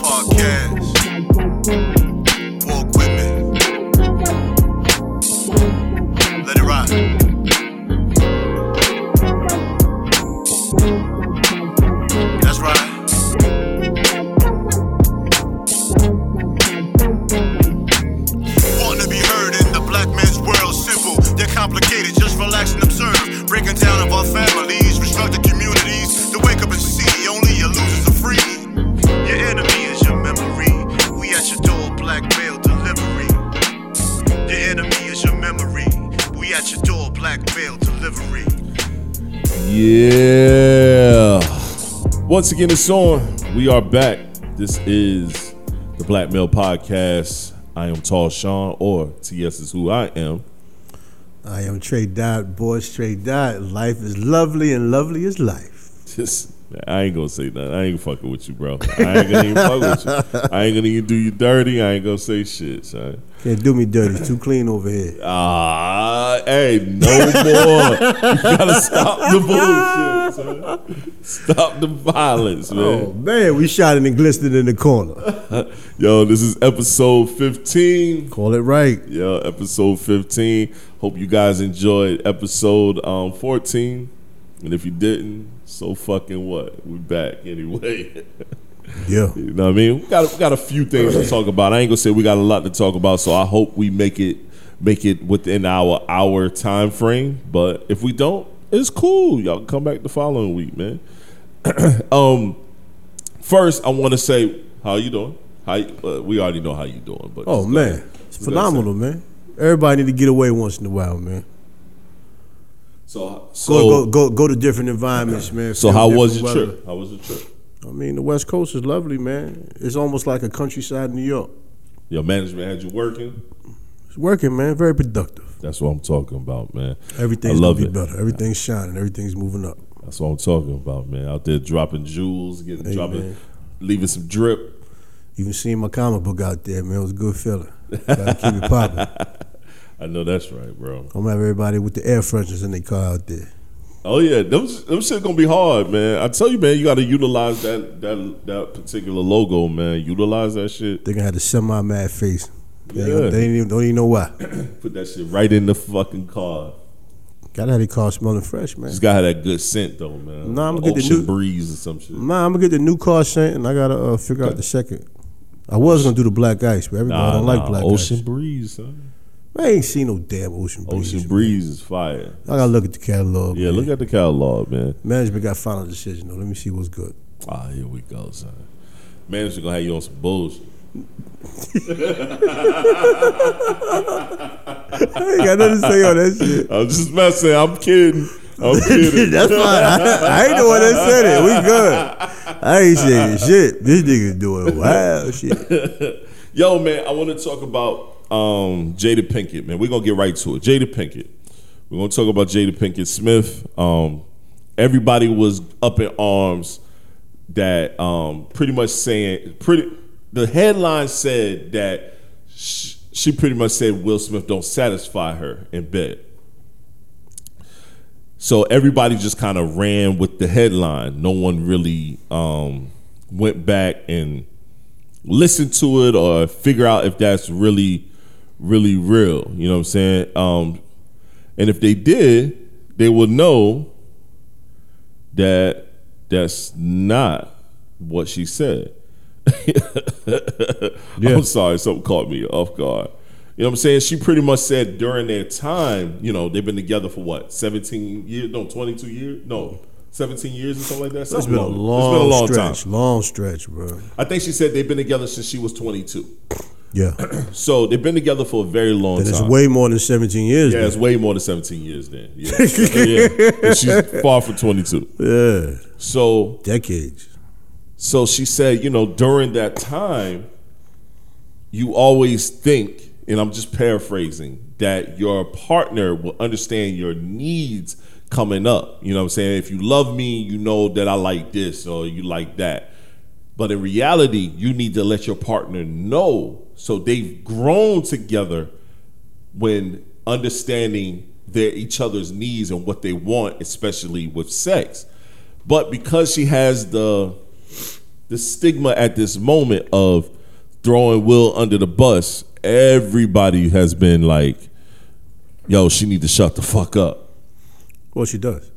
cash. Walk with me. Let it rock. That's right. Wanna be heard in the black man's world. Simple, yet complicated. Just relax and observe. Breaking down of our families, restructured communities. To wake up and see only your losers are free. Your enemy is your memory. We at your door, black mail delivery. Your enemy is your memory. We at your door, black mail delivery. Yeah. Once again, it's on. We are back. This is the Black Male Podcast. I am Tall Sean, or TS is who I am. I am Trey Dot, boys Trey Dot. Life is lovely and lovely is life. Just, I ain't gonna say nothing. I ain't fucking with you, bro. I ain't gonna even fuck with you. I ain't gonna even do you dirty. I ain't gonna say shit, son. Can't do me dirty, it's too clean over here. Oh, Ah, hey, no more. you gotta stop the bullshit, son. Stop the violence, man. Oh man, we shot and glistened in the corner. Yo, this is episode 15. Call it right. Yo, episode 15. Hope you guys enjoyed episode um 14. And if you didn't, so fucking what? We back anyway. Yeah. you know what I mean? We got we got a few things to talk about. I ain't gonna say we got a lot to talk about, so I hope we make it make it within our hour time frame. But if we don't, it's cool. Y'all can come back the following week, man. um first I wanna say, how you doing? How you, uh, we already know how you doing, but Oh just go ahead. man, it's phenomenal, man. Everybody need to get away once in a while, man. So, so, Go go go go to different environments, man. Oh. so Feel how was your different weather. trip? How was your trip? I mean, the West Coast is lovely, man. It's almost like a countryside New York. Your management had you working. It's working, man. Very productive. That's what I'm talking about, man. Everything's I love gonna it. be better. Everything's shining. Everything's moving up. That's what I'm talking about, man. Out there dropping jewels, getting Hey, dropping, man. leaving some drip. Even seeing my comic book out there, man, it was a good feeling. Gotta keep it popping. I know that's right, bro. I'm gonna have everybody with the air fresheners in their car out there. Oh yeah, them them shit gonna be hard, man. I tell you, man, you gotta utilize that that that particular logo, man. Utilize that shit. They're gonna have the semi mad face. They, ain't Yeah. gonna- they ain't even, don't even know why. Put that shit right in the fucking car. Gotta have their car smelling fresh, man. Just gotta have that good scent though, man. Nah, I'ma Ocean get the new- breeze or some shit. Nah, I'm gonna get the new car scent and I gotta uh, figure out the second. I was gonna do the black ice, but everybody Nah, don't nah, like black ocean ice. breeze, son. I ain't seen no damn ocean breeze. Ocean breeze is fire. I gotta look at the catalog. Yeah, man. look at the catalog, man. Management got final decision though. Let me see what's good. Ah, here we go, son. Manager gonna have you on some bullshit. I ain't got nothing to say on that shit. I'm just messing. I'm kidding. I'm kidding. That's fine. I, I ain't the one that said it. We good. I ain't saying shit. This nigga's doing wild shit. Yo, man, I want to talk about um, Jada Pinkett, man. We're gonna get right to it. Jada Pinkett. We're gonna talk about Jada Pinkett Smith. Um, everybody was up in arms that um, pretty much saying pretty. The headline said that she, she pretty much said Will Smith don't satisfy her in bed. So everybody just kind of ran with the headline. No one really um, went back and listen to it or figure out if that's really, really real. You know what I'm saying? Um, and if they did, they will know that that's not what she said. I'm sorry, something caught me off guard. You know what I'm saying? She pretty much said during their time, you know, they've been together for what, 17 years? No, 22 years? No, 17 years or something like that. It's Something been a long, it's been a long stretch. time. Long stretch, bro. I think she said they've been together since she was 22. Yeah. So they've been together for a very long And it's time. way more than 17 years. yeah, Yeah. it's way more than 17 years then. Yeah. yeah. And She's far from 22. yeah. So Decades. so she said, you know, during that time, you always think, and I'm just paraphrasing, that your partner will understand your needs coming up. You know what I'm saying? If you love me, you know that I like this or you like that. But in reality, you need to let your partner know. So they've grown together when understanding their each other's needs and what they want, especially with sex. But because she has the the stigma at this moment of throwing Will under the bus, everybody has been like, "Yo, she need to shut the fuck up." Well, she does.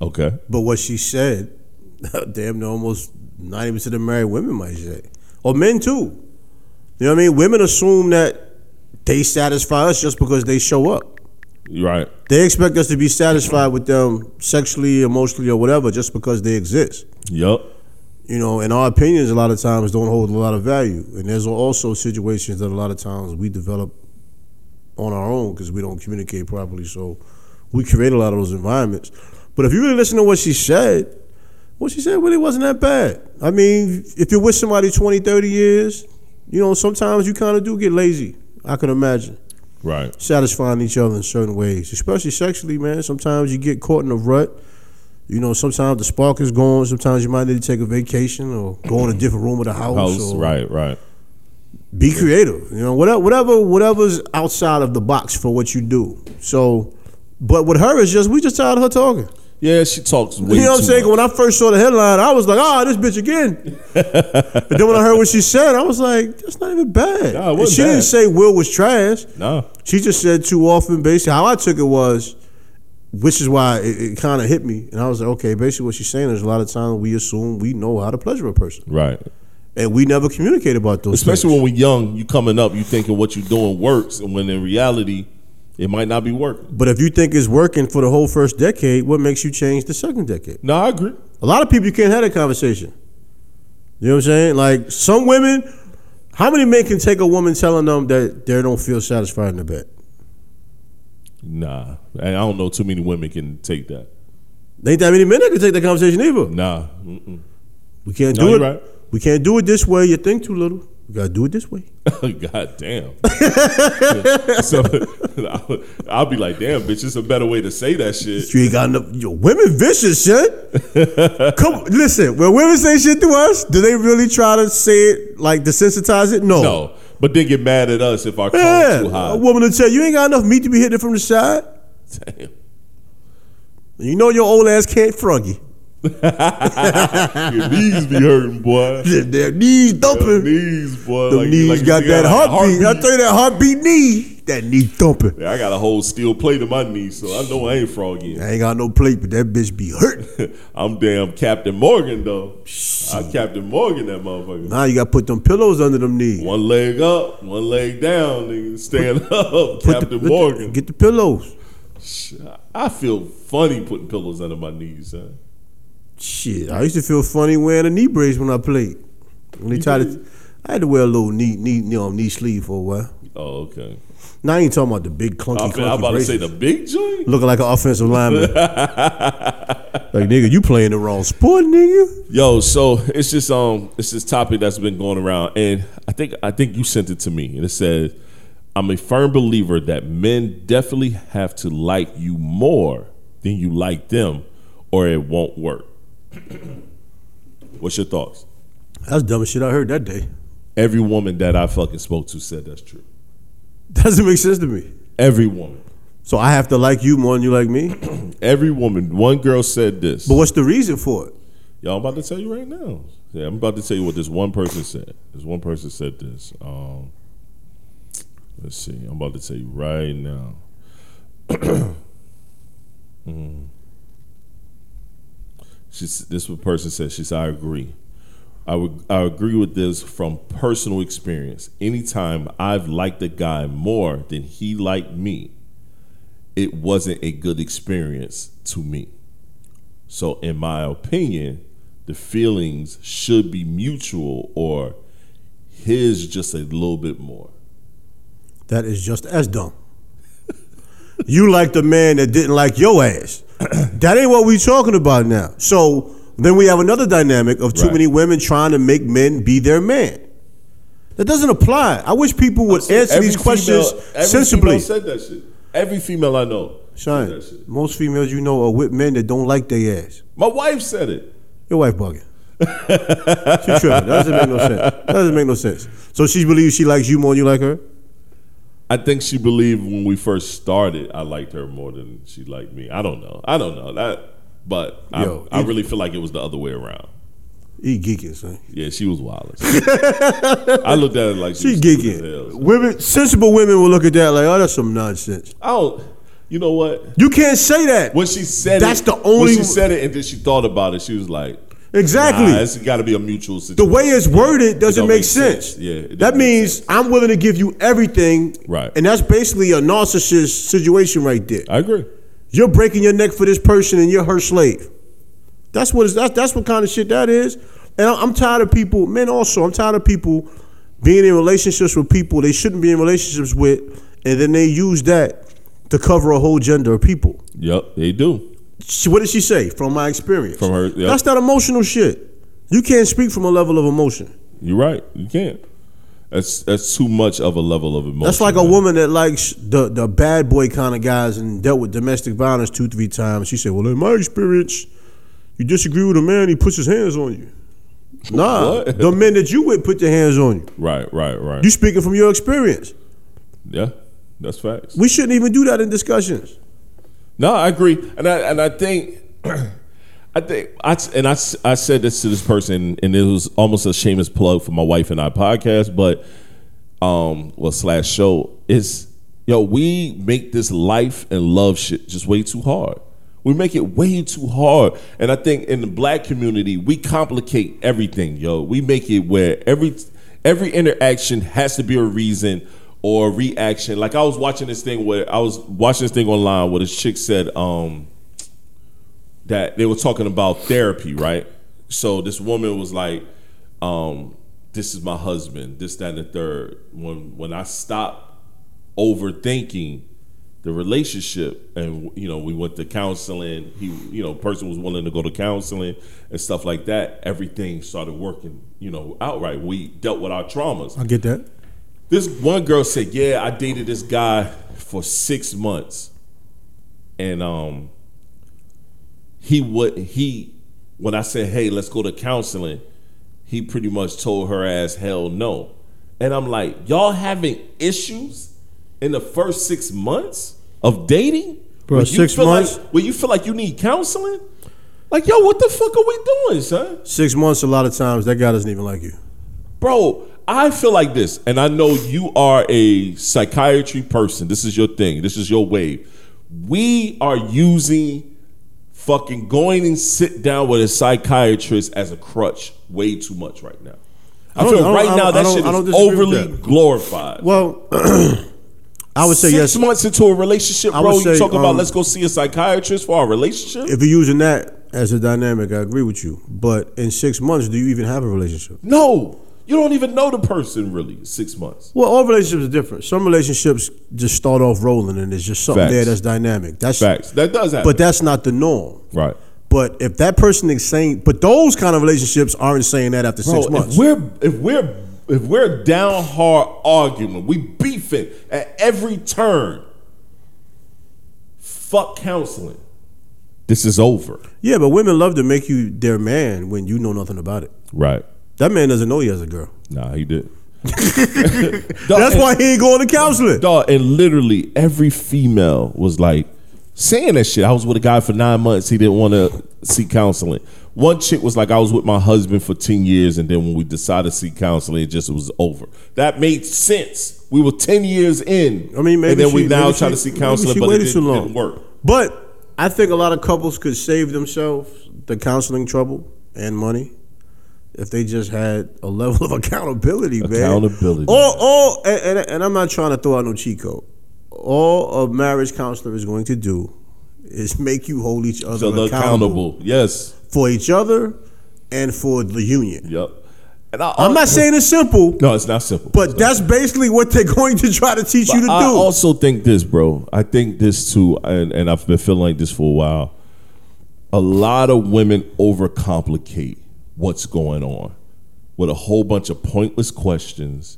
Okay, But what she said, damn near almost 90% of married women might say. Or men too. You know what I mean? Women assume that they satisfy us just because they show up. you right. They expect us to be satisfied with them sexually, emotionally, or whatever just because they exist. Yup. You know, and our opinions a lot of times don't hold a lot of value. And there's also situations that a lot of times we develop on our own because we don't communicate properly. So we create a lot of those environments. But if you really listen to what she said, what she said really wasn't that bad. I mean, if you're with somebody 20, 30 years, you know, sometimes you kind of do get lazy. I can imagine Right. satisfying each other in certain ways, especially sexually, man. Sometimes you get caught in a rut. You know, sometimes the spark is gone. Sometimes you might need to take a vacation or go in a different room of the house. Mm. House. or Right. Right. Be creative. You know, whatever, whatever, whatever's outside of the box for what you do. So, but with her, it's just we just tired of her talking. Yeah, she talks. Way You know what I'm too saying? much. When I first saw the headline, I was like, "Ah, this bitch again." and then when I heard what she said, I was like, "That's not even bad." Nah, it And wasn't she bad. didn't say Will was trash. Nah. She just said too often. Basically, how I took it was, which is why it, it kind of hit me, and I was like, okay, basically what she's saying is a lot of times we assume we know how to pleasure a person, Right. and we never communicate about those. Especially things. when we're young, you coming up, you thinking what you're doing works, and when in reality, it might not be working. But if you think it's working for the whole first decade, what makes you change the second decade? No, I agree. A lot of people you can't have that conversation. You know what I'm saying? Like some women, how many men can take a woman telling them that they don't feel satisfied in the bed? Nah, And I don't know too many women can take that. Ain't that many men that can take that conversation either. Nah, Mm-mm. We can't No, do you're it. right. We can't do it this way. You think too little. We gotta do it this way. god damn. so I'll- I'll be like, damn, bitch, it's a better way to say that shit. You ain't got enough. Yo, women vicious, shit. Come listen. When women say shit to us, do they really try to say it like desensitize it? No. No, but then get mad at us if our call Yeah. too high. A woman will tell you, you ain't got enough meat to be hitting from the side. Damn. You know your old ass can't froggy. Your knees be hurting, boy. Their knees Your thumping. knees, boy. The like- knees like you got got like that a heartbeat. I tell you that heartbeat knee. That knee thumping. Yeah, I got a whole steel plate in my knee, so I know I ain't froggy. I ain't got no plate, but that bitch be hurt. I'm damn Captain Morgan though. I'm Captain Morgan that motherfucker. now you gotta put them pillows under them knees. One leg up, one leg down, nigga. Stand up, Put the- Captain put the- Morgan. Get the pillows. Shit, I feel funny putting pillows under my knees. Huh? Shit, I used to feel funny wearing a knee brace when I played. When they tried to, I had to wear a little knee knee you know, knee sleeve for a while. Oh, okay. Now I ain't talking about the big clunky. I'm, fin- clunky I'm Oh, about to braces. say the big joint. looking like an offensive lineman. like nigga, you playing the wrong sport, nigga. Yo, so it's just um, it's this topic that's been going around, and I think I think you sent it to me, and it says, "I'm a firm believer that men definitely have to like you more than you like them, or it won't work." What's your thoughts? That's dumb shit I heard that day. Every woman that I fucking spoke to said that's true. Doesn't make sense to me. Every woman, So I have to like you more than you like me. But every woman. One girl said this. what's the reason for it? Y'all, I'm about to tell you right now. Yeah, I'm about to tell you what this one person said. This one person said this. Um, let's see. I'm about to tell you right now. Mm. She s this one person said, she said, I agree. I would I agree with this from personal experience. Anytime I've liked a guy more than he liked me, it wasn't a good experience to me. So, in my opinion, the feelings should be mutual, or his just a little bit more. That is just as dumb. you like the man that didn't like your ass. that ain't what we talking about now. So then we have another dynamic of too Right. many women trying to make men be their man. That doesn't apply. I wish people would answer these questions every sensibly. Female said that shit. Every female I know said Son, that shit. most females you know are with men that don't like their ass. My wife said it. Your wife bugging. she tripping. That doesn't make no sense. That doesn't make no sense. So she believes she likes you more than you like her. I think she believed when we first started, I liked her more than she liked me. I don't know. I don't know that, but I- Yo, I, you- really feel like it was the other way around. He geeking, son. Yeah, she was wild. I looked at it like she, She was stupid as hell. geeking. Women, sensible women will look at that like, oh, that's some nonsense. I don't. You know what? You can't say that. When she said That's it, the when only- she said it, and then she thought about it. She was like, Exactly. Nah, it's got to be a mutual the situation. way it's worded doesn't don't make, make sense. sense. Yeah, it that doesn't make means I'm willing to give you everything. Right. Uh, And that's basically a narcissist situation right there. I agree. You're breaking your neck for this person, and you're her slave. That's what is that's that's what kind of shit that is. And I- I'm tired of people, men. Also, I'm tired of people being in relationships with people they shouldn't be in relationships with, and then they use that to cover a whole gender of people. Yep, they do. She- what did she say? From my experience. From her- yeah. That's not emotional shit. You can't speak from a level of emotion. You're right. You can't. That's that's too much of a level of emotion. That's like a man. woman that likes the, the bad boy kind of guys and dealt with domestic violence two, three times. She said, Well, in my experience, you disagree with a man, he puts his hands on you. Nah. What? The men that you with put their hands on you. Right, right, right. You speaking from your experience. yeah, that's facts. We shouldn't even do that in discussions. No, I agree, and I and I think, I think I and I, I said this to this person, and it was almost a shameless plug for my wife and I podcast, but um, well slash show is yo we make this life and love shit just way too hard. We make it way too hard, and I think in the black community we complicate everything, yo. We make it where every every interaction has to be a reason or reaction. Like I was watching this thing where I was watching this thing online where this chick said um that they were talking about therapy, right? So this woman was like, um, this is my husband, this, that, and the third. When when I stopped overthinking the relationship and you know, we went to counseling, he you know, person was willing to go to counseling and stuff like that, everything started working, you know, outright. We dealt with our traumas I get that. this one girl said, "Yeah, I dated this guy for six months, and um, he would he when I said, hey, let's go to counseling, he pretty much told her ass hell no, and I'm like, y'all having issues in the first six months of dating, Bro, When you six feel like- months? when you feel like you need counseling." Like yo, what the fuck are we doing, son? Six months, a lot of times, that guy doesn't even like you. bro i feel like this and i know you are a psychiatry person this is your thing this is your wave we are using fucking going and sit down with a psychiatrist as a crutch way too much right now i, I don't- feel I don't- right I don't- now I that don't- shit I don't is disagree with overly that. glorified Well, I would say Six yes. months into a relationship, I bro, would you say, talk about um, let's go see a psychiatrist for our relationship? if you're using that as a dynamic, I agree with you. But in six months, do you even have a relationship? no. You don't even know the person really. Six months. Well, all relationships are different. Some relationships just start off rolling, and there's just something Facts. there that's dynamic. That's Facts. That does happen. but that's not the norm. right. But if that person is saying, but those kind of relationships aren't saying that after Bro, six months. If we're if we're if we're down hard arguing, we beefing at every turn. Fuck counseling. This is over. Yeah, but women love to make you their man when you know nothing about it. Right. That man doesn't know he has a girl. Nah, he did. That's why he ain't going to counseling. Dog, and literally every female was like saying that shit. I was with a guy for nine months. He didn't want to see counseling. One chick was like, I was with my husband for 10 years, and then when we decided to see counseling, it just was over. That made sense. We were 10 years in. I mean, maybe And then we she- now maybe try she- to see maybe counseling, she but it waited didn't, too long. didn't work. But I think a lot of couples could save themselves the counseling trouble and money if they just had a level of accountability, man. Accountability. All, all, and, and, and I'm not trying to throw out no cheat code. All a marriage counselor is going to do is make you hold each other So the accountable, accountable. Yes. for each other and for the union. Yep. And I, I'm not saying it's simple, No, it's not simple. but that's basically what they're going to try to teach you to But I do. also think this, bro. I think this too, and, and I've been feeling like this for a while. A lot of women overcomplicate what's going on with a whole bunch of pointless questions,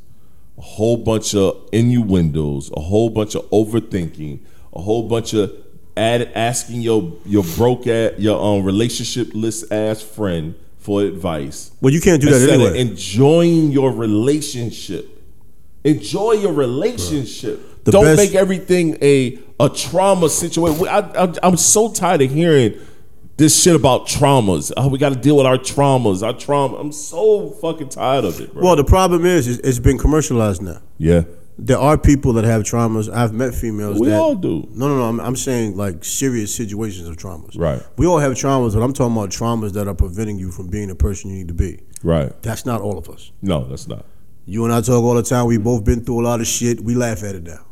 a whole bunch of innuendos, a whole bunch of overthinking, a whole bunch of ad- asking your your broke at your um, relationship list ass friend for advice well, you can't do that instead anyway. of enjoying your relationship. Enjoy your relationship. The Don't best- make everything a a trauma situation. I, I, I'm so tired of hearing this shit about traumas. Oh, we got to deal with our traumas. Our trauma. I'm so fucking tired of it, bro. Well, the problem is, is it's been commercialized now. yeah, There are people that have traumas. I've met females. we that, all do. No, no, no. I'm, I'm saying like serious situations of traumas. Right. We all have traumas, but I'm talking about traumas that are preventing you from being the person you need to be. Right? That's not all of us. No, that's not. You and I talk all the time. We both been through a lot of shit. We laugh at it now.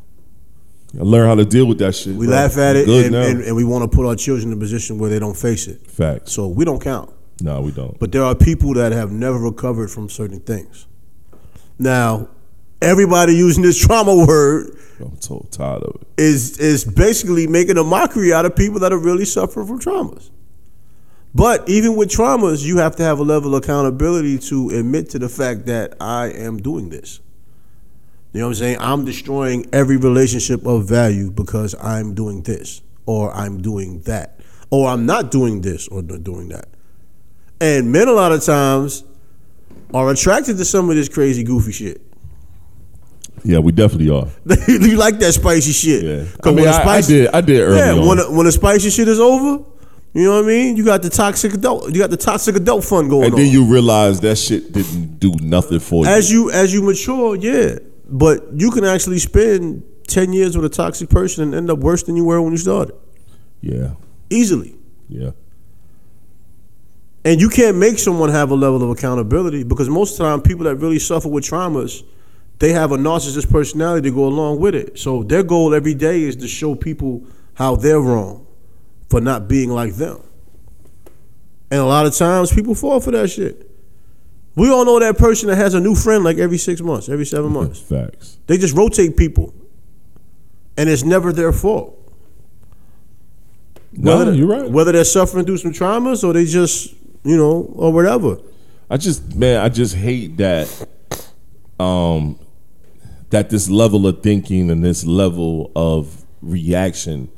I learn how to deal with that shit. We bro. laugh at I'm it, Good and, now. and, and we want to put our children in a position where they don't face it. Facts. So we don't count. No, we don't. But there are people that have never recovered from certain things. Now, everybody using this trauma word I'm so tired of it. is is basically making a mockery out of people that are really suffering from traumas. But even with traumas, you have to have a level of accountability to admit to the fact that I am doing this. You know what I'm saying? I'm destroying every relationship of value because I'm doing this or I'm doing that or I'm not doing this or not doing that. And men a lot of times are attracted to some of this crazy goofy shit. Yeah, we definitely are. you like that spicy shit. Yeah. 'Cause I mean, when the I- I spicy- did- I did early Yeah, on. when the, when the spicy shit is over, you know what I mean. You got the toxic adult. You got the toxic adult fun going And on. then you realize that shit didn't do nothing for you. as you as you mature, yeah. But you can actually spend ten years with a toxic person and end up worse than you were when you started, yeah, easily. yeah, And you can't make someone have a level of accountability because most of the time, people that really suffer with traumas, they have a narcissist personality to go along with it. So their goal every day is to show people how they're wrong for not being like them. And a lot of times, people fall for that shit. We all know that person that has a new friend like every six months, every Mm-hmm. seven months. facts. They just rotate people, and it's never their fault. No, Whether- you're right. Whether they're suffering through some traumas or they just, you know, or whatever. I just man, I just hate that um that this level of thinking and this level of reaction,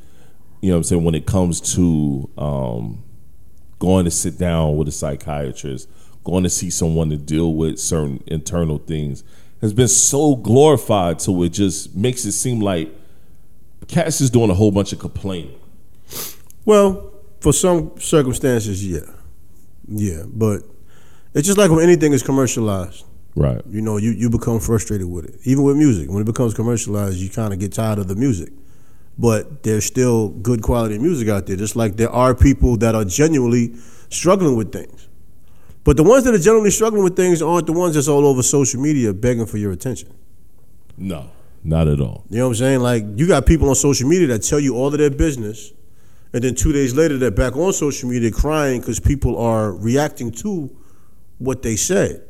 you know what I'm saying, when it comes to um going to sit down with a psychiatrist, going to see someone to deal with certain internal things has been so glorified to it just makes it seem like Cass is doing a whole bunch of complaining. Well, for some circumstances, yeah, yeah, but it's just like when anything is commercialized. Right. You know, you, you become frustrated with it. Even with music, when it becomes commercialized, you kind of get tired of the music. But there's still good quality music out there. Just like there are people that are genuinely struggling with things. But the ones that are genuinely struggling with things aren't the ones that's all over social media begging for your attention. No, not at all. You know what I'm saying? Like you got people on social media that tell you all of their business, and then two days later they're back on social media crying because people are reacting to what they said.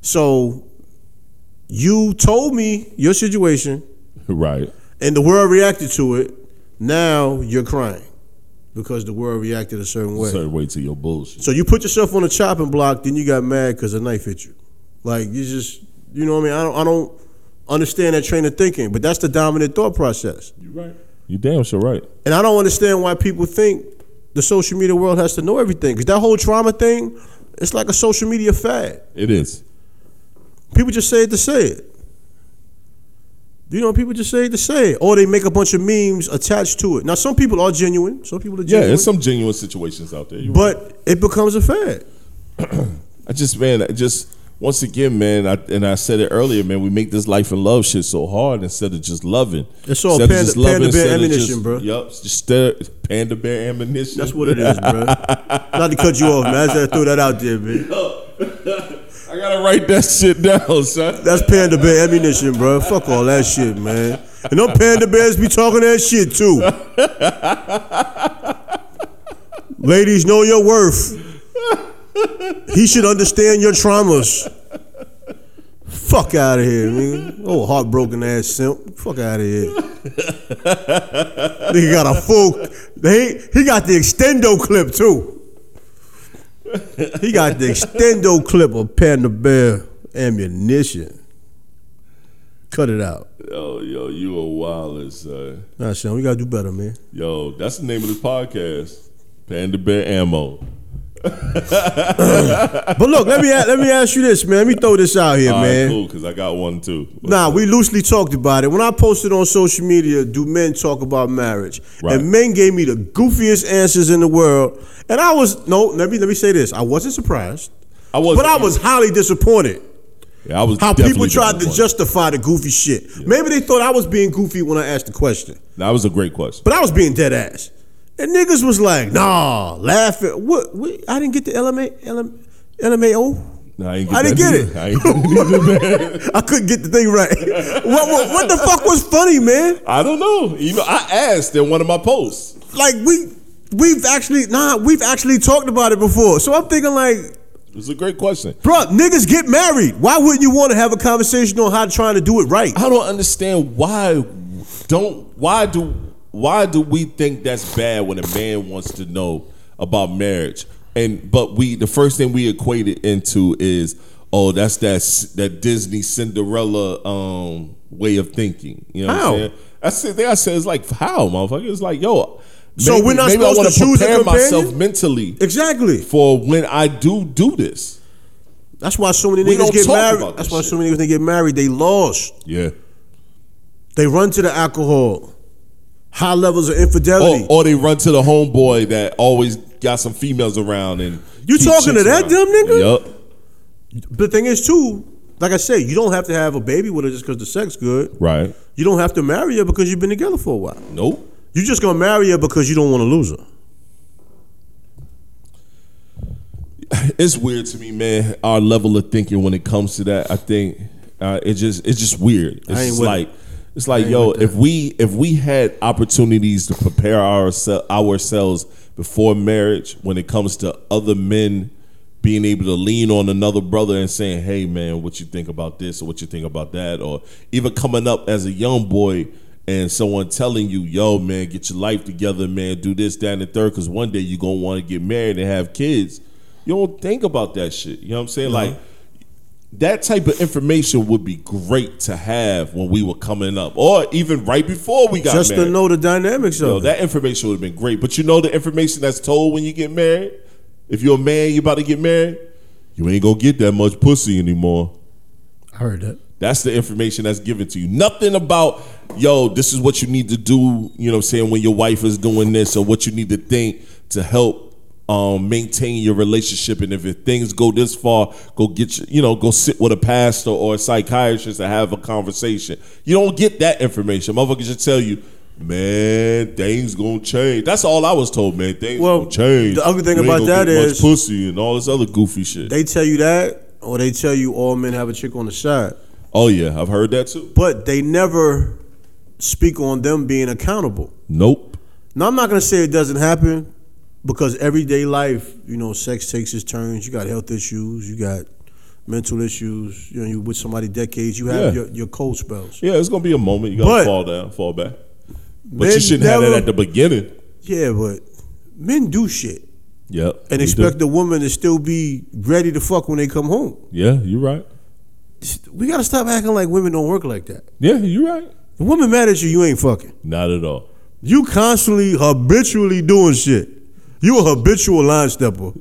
So you told me your situation, Right. and the world reacted to it. Now you're crying because the world reacted a certain way. Certain way to your bullshit. So you put yourself on a chopping block, then you got mad because a knife hit you. Like you just, you know what I mean? I don't, I don't understand that train of thinking, but that's the dominant thought process. You right. You damn sure right. And I don't understand why people think the social media world has to know everything. Because that whole trauma thing, it's like a social media fad. It is. People just say it to say it. You know, people just say it to say it. Or they make a bunch of memes attached to it. Now, some people are genuine. Some people are Yeah, genuine. there's some genuine situations out there. You right. but it becomes a fad. I just, man, I just once again, man, I, and I said it earlier, man. We make this life and love shit so hard instead of just loving. It's all Instead of panda- just loving, panda bear instead of ammunition, just- bro. Yup, just stare, panda bear ammunition. That's what it is, bro. Not to cut you off, man. I just had to throw that out there, man. I gotta write that shit down, son. That's panda bear ammunition, bro. Fuck all that shit, man. And them panda bears be talking that shit too. Ladies, know your worth. He should understand your traumas. Fuck out of here, nigga. Oh, heartbroken ass simp. Fuck out of here. Nigga got a full. He he got the extendo clip too. He got the extendo clip of Panda Bear ammunition. Cut it out. Yo, yo, you a wild son. Nah, son, we gotta do better, man. Yo, that's the name of this podcast, Panda Bear Ammo. But look, let me a- let me ask you this, man. Let me throw this out here, All right, man. cool, because I got one too. Nah, we loosely talked about it. When I posted on social media, do men talk about marriage? Right. And men gave me the goofiest answers in the world. And I was no, let me let me say this. I wasn't surprised. I was, but I was highly disappointed Yeah, I was how people definitely tried to disappointed. justify the goofy shit. Maybe they thought I was being goofy when I asked the question. That was a great question. But I was being dead ass. And niggas was like, nah, laughing. What, what I didn't get the LMA LM, LMAO? No, I, didn't get I that didn't get either. it. I, ain't get it either, man. I couldn't get the thing right. what, what, what the fuck was funny, man? I don't know. You know, I asked in one of my posts. Like we we've actually nah, we've actually talked about it before. So I'm thinking like, It was a great question. bruh, niggas get married. Why wouldn't you want to have a conversation on how to trying to do it right? I don't understand why don't why do why do we think that's bad when a man wants to know about marriage and but we the first thing we equate it into is oh that's that s- that Disney Cinderella um way of thinking you know How? what I'm saying I said I said it's like how motherfucker it's like yo So we're not supposed wanna to choose a prepare myself companion? mentally Exactly. for when I do do this That's why so many We niggas don't get talk married. about That's this why shit. so many niggas they get married, they lost. yeah They run to the alcohol. High levels of infidelity. or, or they run to the homeboy that always got some females around and You keep talking chicks to that dumb nigga? Yup. The thing is too, like I said, you don't have to have a baby with her just because the sex good. Right. You don't have to marry her because you've been together for a while. Nope. You're just gonna marry her because you don't want to lose her. It's weird to me, man. Our level of thinking when it comes to that, I think uh, it just it's just weird. It's ain't just with like it's like yo, if we if we had opportunities to prepare oursel- ourselves before marriage, when it comes to other men being able to lean on another brother and saying, "Hey, man, what you think about this or what you think about that," or even coming up as a young boy. And someone telling you, yo, man, get your life together, man, do this, that, and the third, because one day you're going to want to get married and have kids. You don't think about that shit. You know what I'm saying? Like, that type of information would be great to have when we were coming up, or even right before we got just married. to know the dynamics Yo, of it. that information would have been great. But you know the information that's told when you get married. If you're a man, you about to get married. You ain't gonna get that much pussy anymore. I heard that. That's the information that's given to you. Nothing about, yo, this is what you need to do, you know what I'm saying, when your wife is doing this or what you need to think to help um, maintain your relationship. And if it- things go this far, go get your, you know, go sit with a pastor or a psychiatrist and have a conversation. You don't get that information. Motherfuckers just tell you, man, things gonna change. That's all I was told, man. Things Well, gonna change. the other thing You ain't about gonna that get much is- pussy and all this other goofy shit. They tell you that, or they tell you all men have a chick on the side, oh yeah, I've heard that too. but they never speak on them being accountable. Nope. Now I'm not gonna say it doesn't happen because everyday life, you know, sex takes its turns. You got health issues, you got mental issues. You know, you with somebody decades, you have Yeah. your, your cold spells. Yeah, it's gonna be a moment. You gotta But- fall down, fall back. But Men you shouldn't have never- that at the beginning. Yeah, but men do shit Yep. and we expect do. the woman to still be ready to fuck when they come home. Yeah, you're right. We gotta stop acting like women don't work like that. Yeah, you're right. The woman mad at you, you ain't fucking. Not at all. You constantly habitually doing shit. You a habitual line stepper,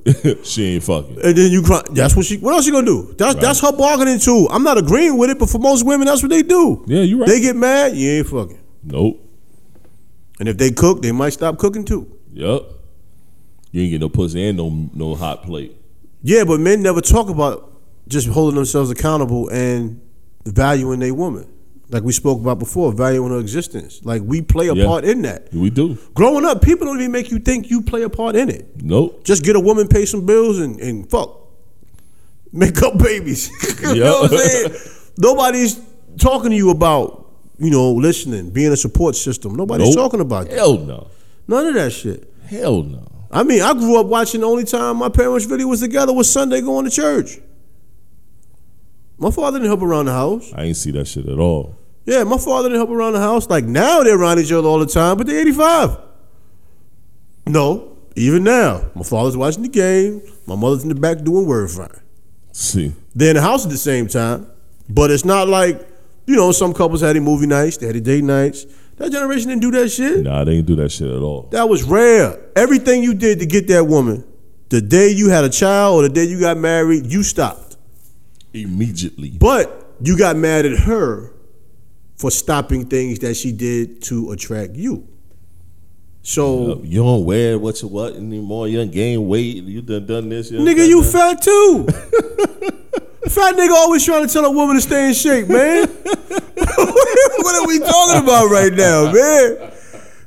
she ain't fucking. and then you cry. That's what she. What else she gonna do? That's that's her bargaining tool. I'm not agreeing with it, but for most women, that's what they do. Yeah, you right. They get mad. You ain't fucking. Nope. And if they cook, they might stop cooking too. Yep. You ain't get no pussy and no no hot plate. Yeah, but men never talk about just holding themselves accountable and valuing their woman, like we spoke about before, valuing her existence. Like we play a Yeah. part in that. We do. Growing up, people don't even make you think you play a part in it. Nope. just get a woman, pay some bills, and, and fuck. Make up babies. you know what I'm Yeah. saying? Nobody's talking to you about, you know, listening, being a support system. Nobody's Nope. talking about that. Hell no. None of that shit. Hell no. I mean, I grew up watching the only time my parents really was together was Sunday going to church. My father didn't help around the house. I ain't see that shit at all. Yeah, my father didn't help around the house. Like now they're around each other all the time, but they're 85. No, even now. My father's watching the game. My mother's in the back doing word fine. See. They're in the house at the same time, but it's not like, you know, some couples had their movie nights, they had their date nights. That generation didn't do that shit. Nah, they ain't do that shit at all. That was rare. Everything you did to get that woman, The day you had a child or the day you got married, you stopped. immediately. But you got mad at her for stopping things that she did to attract you. So, You don't wear what you what anymore. You done gain weight. You done done this. You done nigga, done you that. fat too. fat nigga always trying to tell a woman to stay in shape, man. what are we talking about right now, man?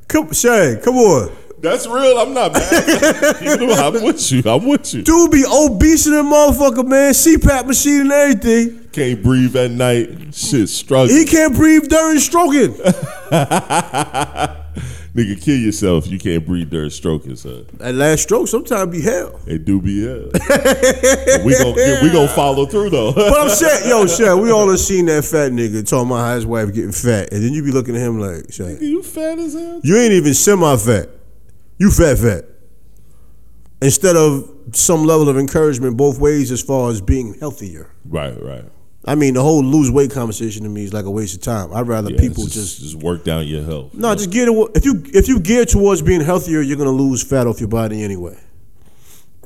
Come, Shane, come on. That's real. I'm not mad. you know, I'm with you. I'm with you. Dude be obese in that motherfucker, man. CPAP machine and everything. Can't breathe at night. Shit, struggle. He can't breathe during stroking. Nigga, kill yourself. You can't breathe during stroking, son. That last stroke sometimes be hell. It do be hell. But we gonna we gonna follow through though. But I'm saying, yo, Shaq, we all have seen that fat nigga talking about how his wife getting fat. And then you be looking at him like, Shaq, you fat as hell. you ain't even semi-fat. You fat fat. Instead of some level of encouragement both ways as far as being healthier. Right, right. I mean, the whole lose weight conversation to me is like a waste of time. I'd rather Yeah, people just just work down your health. No, just gear to, if you if you gear towards being healthier, you're gonna lose fat off your body anyway.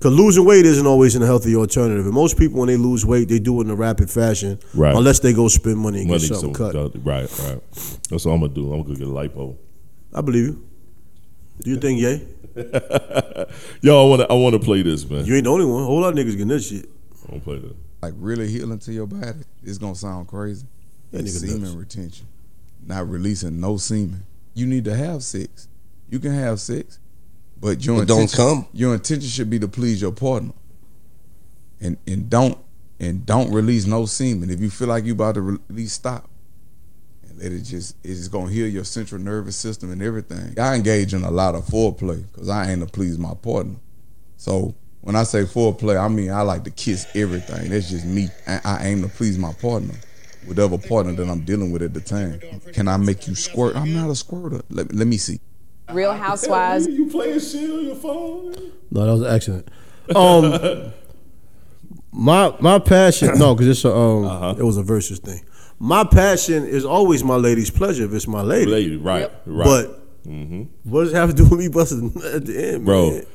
Cause losing weight isn't always a healthy alternative. And most people, when they lose weight, they do it in a rapid fashion, Right. unless they go spend money and Money, get so, something cut. right, right. That's what I'm gonna do. I'm gonna go get a lipo. I believe you. Do you think, yay? Yo, I wanna I wanna play this, man. You ain't the only one. A whole lot of niggas getting this shit. I wanna play this. like really healing to your body, it's gonna sound crazy. That nigga semen nuts. retention, not releasing no semen. You need to have sex. You can have sex, but your It don't intention- come. Your intention should be to please your partner, and and don't and don't release no semen. If you feel like you about to release, stop. And let it just it's gonna heal your central nervous system and everything. I engage in a lot of foreplay because I ain't to please my partner. So when I say foreplay, I mean I like to kiss everything. That's just me. I, I aim to please my partner, whatever partner that I'm dealing with at the time. Can I make you squirt? I'm not a squirter. Let, let me see. Real Housewives You playing shit on your phone? No, that was an accident. Um, my my passion, no, because it's a um, Uh-huh. it was a versus thing. My passion is always my lady's pleasure if it's my lady. Lady, right, right. Mm-hmm. But what does it have to do with me busting at the end, Bro, man? If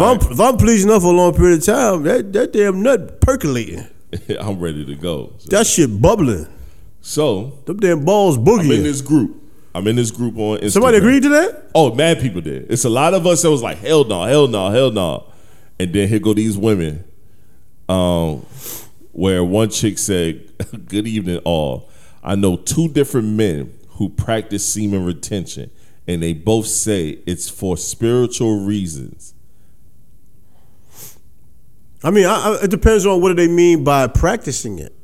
all I'm if I'm pleasing her for a long period of time, that that damn nut percolating, I'm ready to go. So- that shit bubbling, So them damn balls I'm in boogieing. this group. I'm in this group on Instagram. Somebody agreed to that? Oh, mad people did. It's a lot of us that was like, hell no, hell no, hell no. And then here go these women. Um, where one chick said, Good evening, all. I know two different men who practice semen retention, and they both say it's for spiritual reasons. I mean, I, I, it depends on what do they mean by practicing it.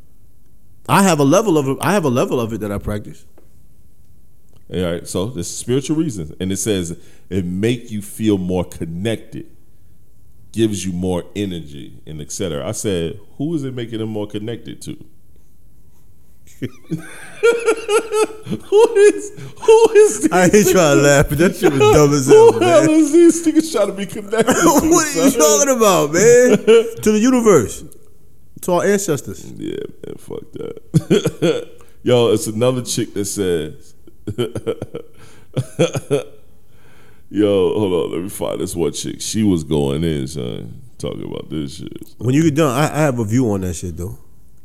I have a level of it- I have a level of it that I practice. All right, so there's spiritual reasons, and it says it make you feel more connected, gives you more energy, and etc. I said, who is it making them more connected to? who is who is these I ain't trying to laugh, but that shit was dumb as hell, Who the man. hell is these niggas trying to be connected? to, what are you son? talking about, man? to the universe, to our ancestors. Yeah, man, fuck that. Yo, it's another chick that says, Yo, hold on, let me find this one chick. She was going in, son, talking about this shit. When you get done, I, I have a view on that shit though.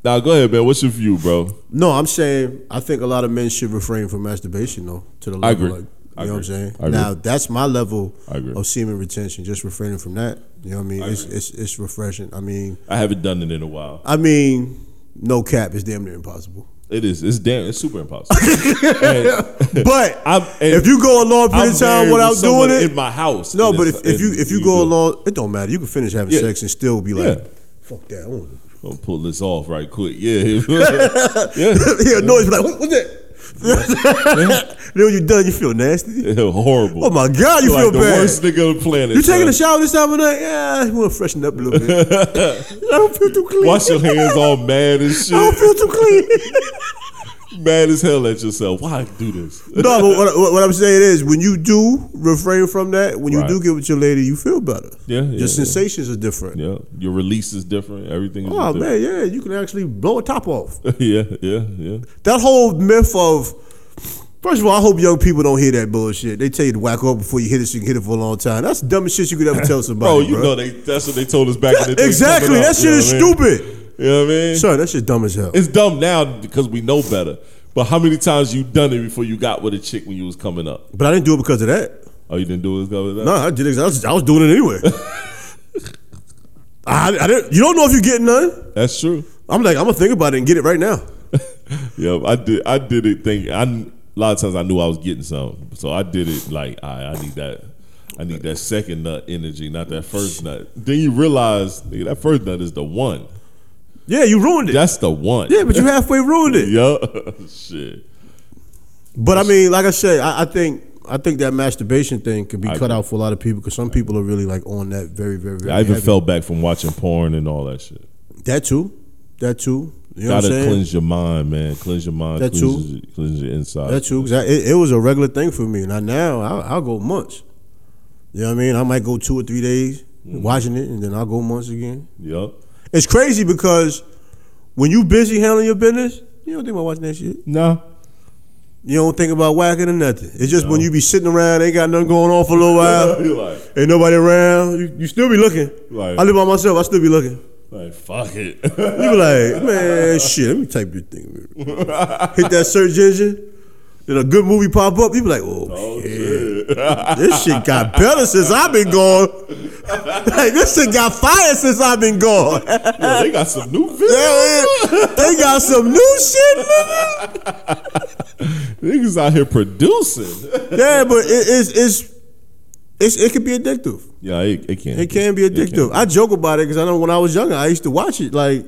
Now, go ahead, man. What's your view, bro? No, I'm saying I think a lot of men should refrain from masturbation though. To the level, I agree. Like, you I know what I'm agree. saying? I agree. Now that's my level I agree. of semen retention. Just refraining from that. You know what I mean? it's, it's it's refreshing. I mean, I haven't done it in a while. I mean, no cap is damn near impossible. It is. It's damn. It's super impossible. And But I'm- and if you go a long period I'm of time married without with someone doing it, in my house. no. and But it's- if, if you and if you go do- along, it don't matter. You can finish having Yeah. sex and still be like, Yeah. "Fuck that." I don't wanna- I'm gonna pull this off right quick. Yeah, yeah. Hear a noise, be like, what, what's that? then when you're done, you feel nasty. Horrible. Oh my god, you like feel the bad. worst nigga on the planet. You son. taking a shower this time of night? Yeah, you want to freshen up a little bit. I don't feel too clean. Wash your hands all mad and shit. I don't feel too clean. mad as hell at yourself. Why do this? no, but what, what, what I'm saying is, when you do refrain from that, when you Right. do get with your lady, you feel better. Yeah, yeah, your yeah. sensations are different. Yeah, your release is different. Everything is Oh different. man, yeah, you can actually blow a top off. yeah, yeah, yeah. That whole myth of First of all, I hope young people don't hear that bullshit. They tell you to whack off before you hit it, so you can hit it for a long time. That's the dumbest shit you could ever tell somebody. Bro, Oh, you bruh. know they that's what they told us back in the day. Exactly. coming That up, shit you know is what I mean? stupid. You know what I mean? Sir, that shit dumb as hell. It's dumb now because we know better. But how many times you done it before you got with a chick when you was coming up? But I didn't do it because of that. Oh, you didn't do it because of that? No, I did. it 'cause I was, I was doing it anyway. I, I didn't. You don't know if you get none. That's true. I'm like, I'm gonna think about it and get it right now. Yeah, I did. I did it. Think I a lot of times I knew I was getting some, so I did it like I, I need that. I need that second nut energy, not that first nut. Then you realize nigga, that first nut is the one. Yeah, you ruined it. That's the one. yeah, but you halfway ruined it. yeah, shit. But I mean, like I said, I, I think I think that masturbation thing could be I cut agree. out for a lot of people because some people are really like on that very, very, very. I even heavy. fell back from watching porn and all that shit. that too. That too. You know Gotta what I'm saying? cleanse your mind, man. Cleanse your mind. That cleanse, Your, cleanse your inside. That's true. 'cause I, it, it was a regular thing for me. Now now I'll, I'll go months. You know what I mean? I might go two or three days Mm. watching it, and then I'll go months again. Yup. It's crazy because when you busy handling your business, you don't think about watching that shit. Nah. You don't think about whacking or nothing. It's just when you be sitting around, ain't got nothing going on for a little while, you like, ain't nobody around. You, you still be looking. Right. I live by myself. I still be looking. like fuck it. You be like, man, shit. Let me type this thing. Hit that search engine. Then a good movie pop up. You be like, oh, oh shit. shit. this shit got better since I've been gone. like, this shit got fire since I've been gone. Yo, they got some new videos. they got some new shit. nigga. Niggas out here producing. Yeah, but it, it's, it's it's it could be addictive. Yeah, it, it can. It can be addictive. I joke about it because I know when I was younger, I used to watch it. Like,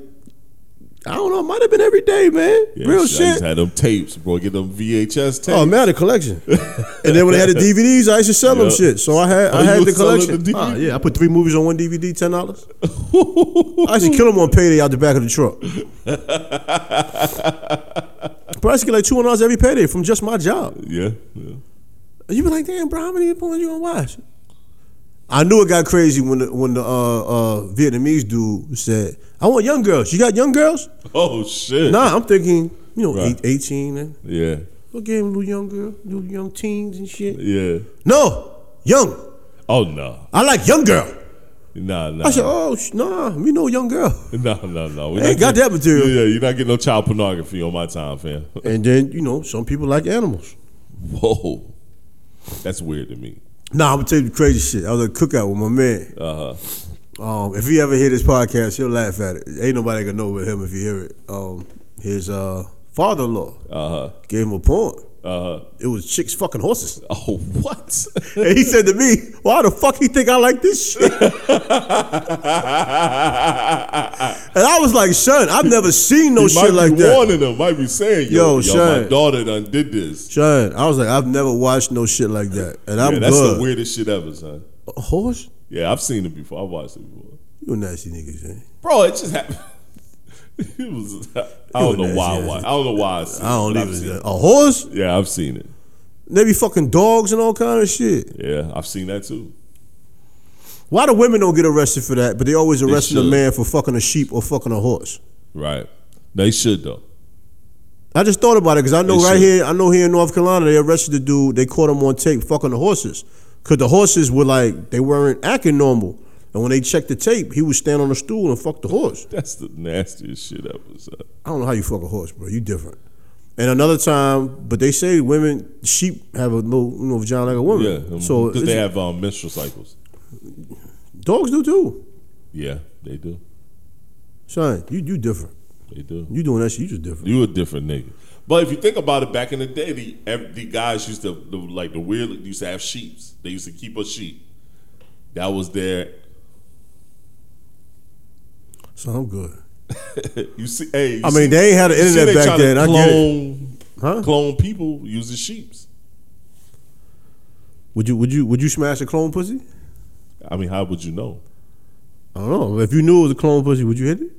I don't know, it might have been every day, man. Yeah, Real I used shit. to have them tapes, bro. Get them VHS tapes. Oh man, the collection. and then when they had the DVDs, I used to sell them Yeah. shit. So I had Oh, I you had the was selling collection. the Ah, DVD? yeah, I put three movies on one DVD, ten dollars. I used to kill them on payday out the back of the truck. Bro, I used to get like two hundred dollars every payday from just my job. Yeah, yeah. And you be like, damn, bro, how many porn you gonna watch? I knew it got crazy when the when the uh, uh, Vietnamese dude said, "I want young girls. You got young girls?" Oh shit. Nah, I'm thinking, you know, Right. eight, eighteen. And Yeah, we'll give them little young girl, little young teens and shit. yeah. No, young. Oh no, I like young girl. nah, nah, I said, oh sh- nah, we know young girl. nah, nah, nah. We Ain't not got getting- that material. Yeah, yeah, you're not getting no child pornography on my time, fam. And then you know, some people like animals. Whoa, that's weird to me. Nah, I'm gonna tell you the crazy shit. I was at a cookout with my man. Uh huh. Um, if he ever hear this podcast, he'll laugh at it. Ain't nobody gonna know but him if you hear it. Um, his uh, father-in-law Uh huh. gave him a porn. Uh huh. It was chicks fucking horses. Oh what? And he said to me, "Why the fuck he think I like this shit?" and I was like, "Son, I've never seen no He might shit like be that." warning them. Might be saying, Yo, yo, yo, my Shine. daughter done did this. Son, I was like, "I've never watched no shit like that," and I'm yeah, that's good. the weirdest shit ever, son. A horse? Yeah, I've seen it before. I've watched it before. You a nasty niggas, man. Bro, it just happened. it was. I don't know why. I watched- I don't know why. I, seen I don't it, but I've even. seen it. A horse? Yeah, I've seen it. They be fucking dogs and all kind of shit. Yeah, I've seen that too. Why the women don't get arrested for that, but they always arresting a should. man for fucking a sheep or fucking a horse? Right. They should though. I just thought about it because I know They right should. here, I know here in North Carolina, they arrested the dude. They caught him on tape fucking the horses because the horses were like they weren't acting normal. And when they checked the tape, he was standing on a stool and fucked the horse. That's the nastiest shit ever. Son. I don't know how you fuck a horse, bro. You different. And another time, but they say women sheep have a no, you know, vagina like a Yeah. woman. so because it's- they have um, menstrual cycles. dogs do too. Yeah, they do. Son, you you different. They do. You doing that shit? You just different. You a different nigga. But if you think about it, back in the day, the ev- the guys used to the, like the weird they used to have sheep. They used to keep a sheep. That was their. Son, I'm good. you see, hey. you I see- mean, they ain't had the you see internet they back tryna then. I get it. clone, Huh? clone people using sheeps. Would you would you would you smash a clone pussy? I mean, how would you know? I don't know. If you knew it was a clone pussy, would you hit it?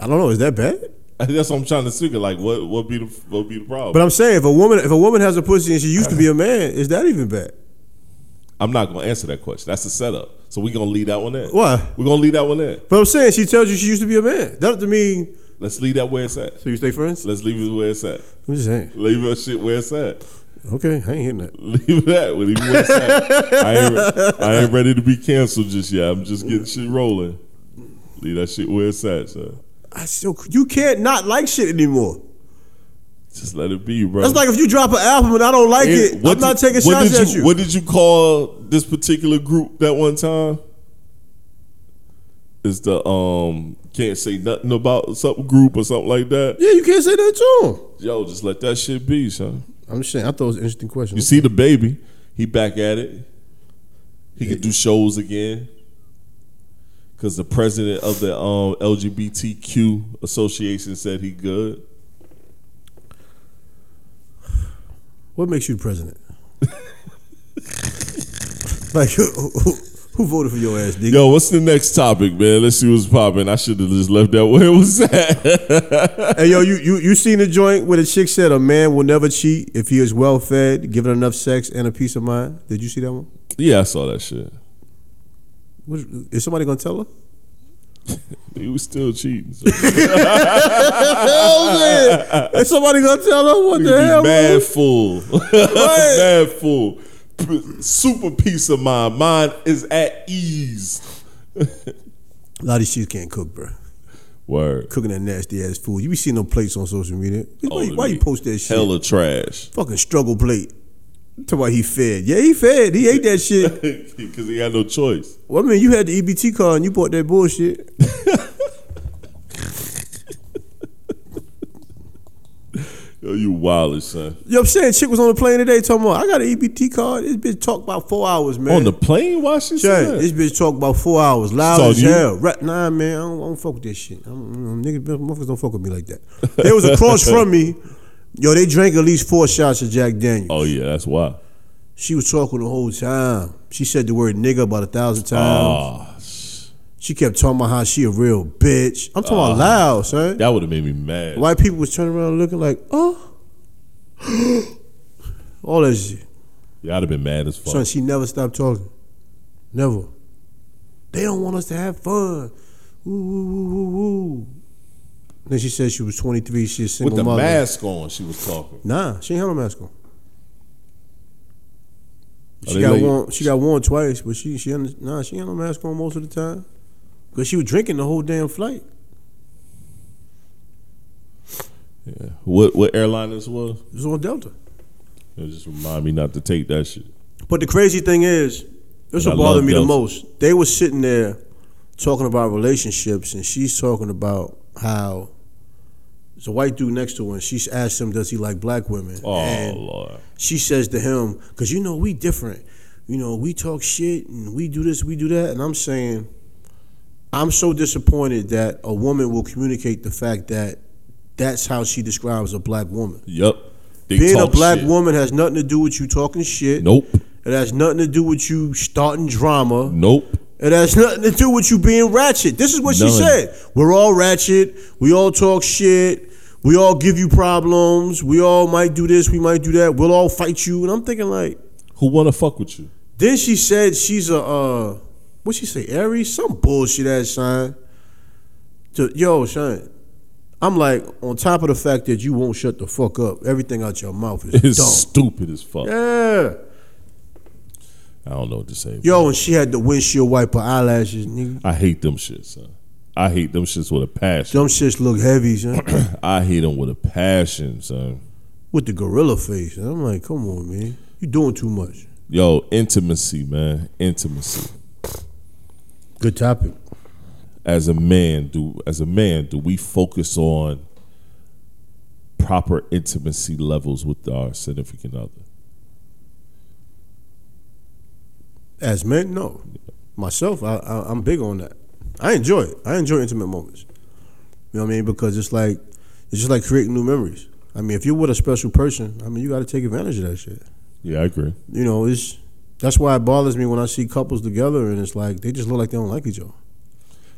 I don't know. Is that bad? That's what I'm trying to figure. Like, what what be the what be the problem? But I'm saying if a woman if a woman has a pussy and she used to be a man, is that even bad? I'm not gonna answer that question. That's the setup. So we're gonna leave that one there. Why? We're gonna leave that one there. But I'm saying she tells you she used to be a man. That to me Let's leave that where it's at. So you stay friends? Let's leave it where it's at. I'm just saying. Leave that shit where it's at. Okay, I ain't hitting that. Leave that. Leave it where it's at. I ain't, re- I ain't ready to be canceled just yet. I'm just getting shit rolling. Leave that shit where it's at, sir. I still you can't not like shit anymore. Just let it be, bro. That's like if you drop an album and I don't like it, I'm not taking what shots did at you. What did you call this particular group that one time? It's the um can't say nothing about something group or something like that. yeah, you can't say that to him. Yo, just let that shit be, son. I'm just saying. I thought it was an interesting question. You see the baby, he back at it. He could do shows again. Cause the president of the um, LGBTQ association said he good. What makes you president? like who, who, who voted for your ass, nigga? Yo, what's the next topic, man? Let's see what's popping. I should have just left that where it was at. Hey yo, you, you you seen the joint where the chick said a man will never cheat if he is well fed, given enough sex and a peace of mind. Did you see that one? yeah, I saw that shit. What, is somebody gonna tell her? He was still cheating. So Hell yeah! Is somebody gonna tell her what He the hell? Uh, be man? mad fool. mad fool. P- Super peace of mind. Mind is at ease. A lot of these chicks can't cook, bro. Word. Cooking that nasty ass food. You be seeing them plates on social media. Why, you- Oh, why you post that shit? Hella trash. Fucking struggle plate. Talk about he fed. Yeah, he fed. He ate that shit. Because he had no choice. Well, I mean, you had the EBT card and you bought that bullshit. Yo, you wild, son. You know what I'm saying? Chick was on the plane today talking about, I got an EBT card. This bitch talked about four hours, man. On the plane? Why she Jay, said this that? bitch talk about four hours, loud Saw as you. hell. Right, nah, man, I don't, I don't fuck with this shit. I'm, I'm, niggas, motherfuckers don't fuck with me like that. They was across from me. Yo, they drank at least four shots of Jack Daniel. Oh, yeah, that's why. She was talking the whole time. She said the word nigga about a thousand times. Ah, sh- She kept talking about how she a real bitch. I'm talking Ah. about loud, son. that would have made me mad. White people was turning around looking like, oh, all that shit. Y'all would have been mad as fuck. Son, she never stopped talking. Never. They don't want us to have fun. Woo, woo, woo, woo, woo. Then she said she was 23. She a single With the mother. mask Oh, on, she was talking. Nah, she ain't had no mask on. they She got let you- warned. She got warned twice, but she she under- nah. She had no mask on most of the time, cause she was drinking the whole damn flight. Yeah. What what airline this was? It was on Delta. It just remind me not to take that shit. But the crazy thing is, this And what I love bothered me the Delta. most. They were sitting there talking about relationships, and she's talking about how there's a white dude next to her, and she asked him, "Does he like black women?" Oh and lord. she says to him, "Cause you know we different. You know we talk shit and we do this, we do that." And I'm saying, I'm so disappointed that a woman will communicate the fact that that's how she describes a black woman. Yep. They Being a talk black shit. woman has nothing to do with you talking shit. Nope. It has nothing to do with you starting drama. Nope. It has nothing to do with you being ratchet. This is what she None. said. We're all ratchet. We all talk shit. We all give you problems. We all might do this. We might do that. We'll all fight you. And I'm thinking like, Who wanna fuck with you? then she said she's a uh, what she say Aries? Some bullshit ass sign. To, yo, son. I'm like, on top of the fact that you won't shut the fuck up, everything out your mouth It's is dumb. stupid as fuck. Yeah. I don't know what to say. Yo, and she had the windshield wiper eyelashes, nigga. I hate them shits, son. I hate them shits with a passion. Them shits look heavy, son. I hate them with a passion, son. With the gorilla face. And I'm like, come on, man. You doing too much. Yo, intimacy, man. Intimacy. Good topic. As a man, do as a man, do we focus on proper intimacy levels with our significant other? As men, no. Myself, I, I, I'm big on that. I enjoy it. I enjoy intimate moments. You know what I mean? Because it's like, it's just like creating new memories. I mean, if you're with a special person, I mean, you got to take advantage of that shit. Yeah, I agree. You know, it's that's why it bothers me when I see couples together and it's like they just look like they don't like each other.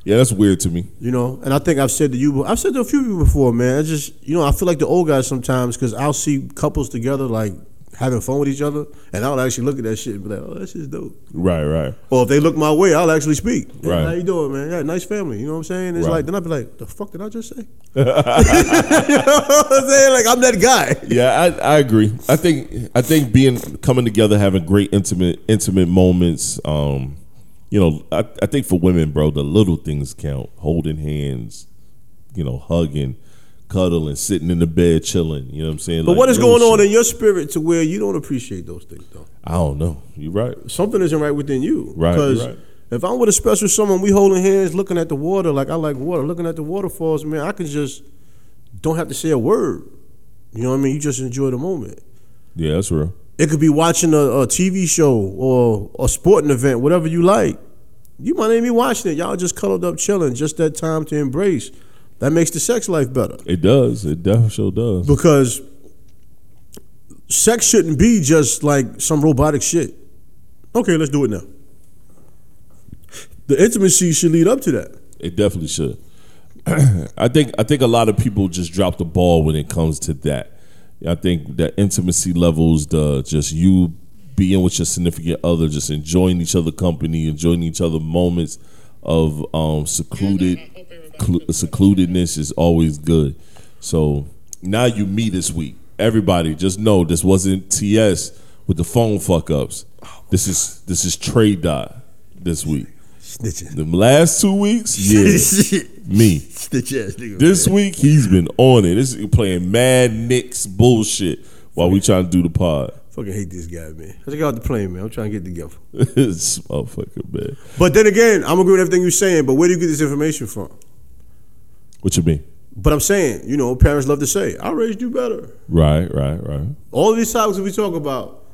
Yeah, that's weird to me. You know, and I think I've said to you, I've said to a few people before, man. I just, you know, I feel like the old guy sometimes because I'll see couples together like having fun with each other, and I'll actually look at that shit and be like, "Oh, that shit's dope." Right, right. Or if they look my way, I'll actually speak. Hey, Right. How you doing, man? Yeah, nice family. You know what I'm saying? It's Right. like then I'll be like, "The fuck did I just say?" you know what I'm saying? Like I'm that guy. Yeah, I, I agree. I think I think being coming together, having great intimate intimate moments. Um, you know, I, I think for women, bro, the little things count. Holding hands, you know, hugging, cuddling, sitting in the bed, chilling. You know what I'm saying? But what is going on in your spirit to where you don't appreciate those things though? I don't know. You're right. something isn't right within you. Right, Because right. if I'm with a special someone, we holding hands, looking at the water, like I like water, looking at the waterfalls, man, I can just don't have to say a word. You know what I mean? You just enjoy the moment. Yeah, that's real. It could be watching a, a TV show or a sporting event, whatever you like. You might not even be watching it. Y'all just cuddled up chilling, just that time to embrace. That makes the sex life better. It does. It definitely sure does. Because sex shouldn't be just like some robotic shit. Okay, let's do it now. The intimacy should lead up to that. It definitely should. I think I think a lot of people just drop the ball when it comes to that. I think that intimacy levels, the just you being with your significant other, just enjoying each other company, enjoying each other moments of um, secluded cl- secludedness is always good. So now you me this week. Everybody just know this wasn't TS with the phone fuck ups. This is this is trade dot this week. Snitching. The last two weeks, yeah, me. Snitch ass nigga. This week he's been on it. This is playing mad Knicks bullshit while we trying to do the pod. Fucking hate this guy, man. Let's get out the plane, man. I'm trying to get together. this motherfucker, man. But then again, I'm agree with everything you're saying, but where do you get this information from? What you mean? But I'm saying, you know, parents love to say, I raised you better. Right, right, right. All these topics that we talk about,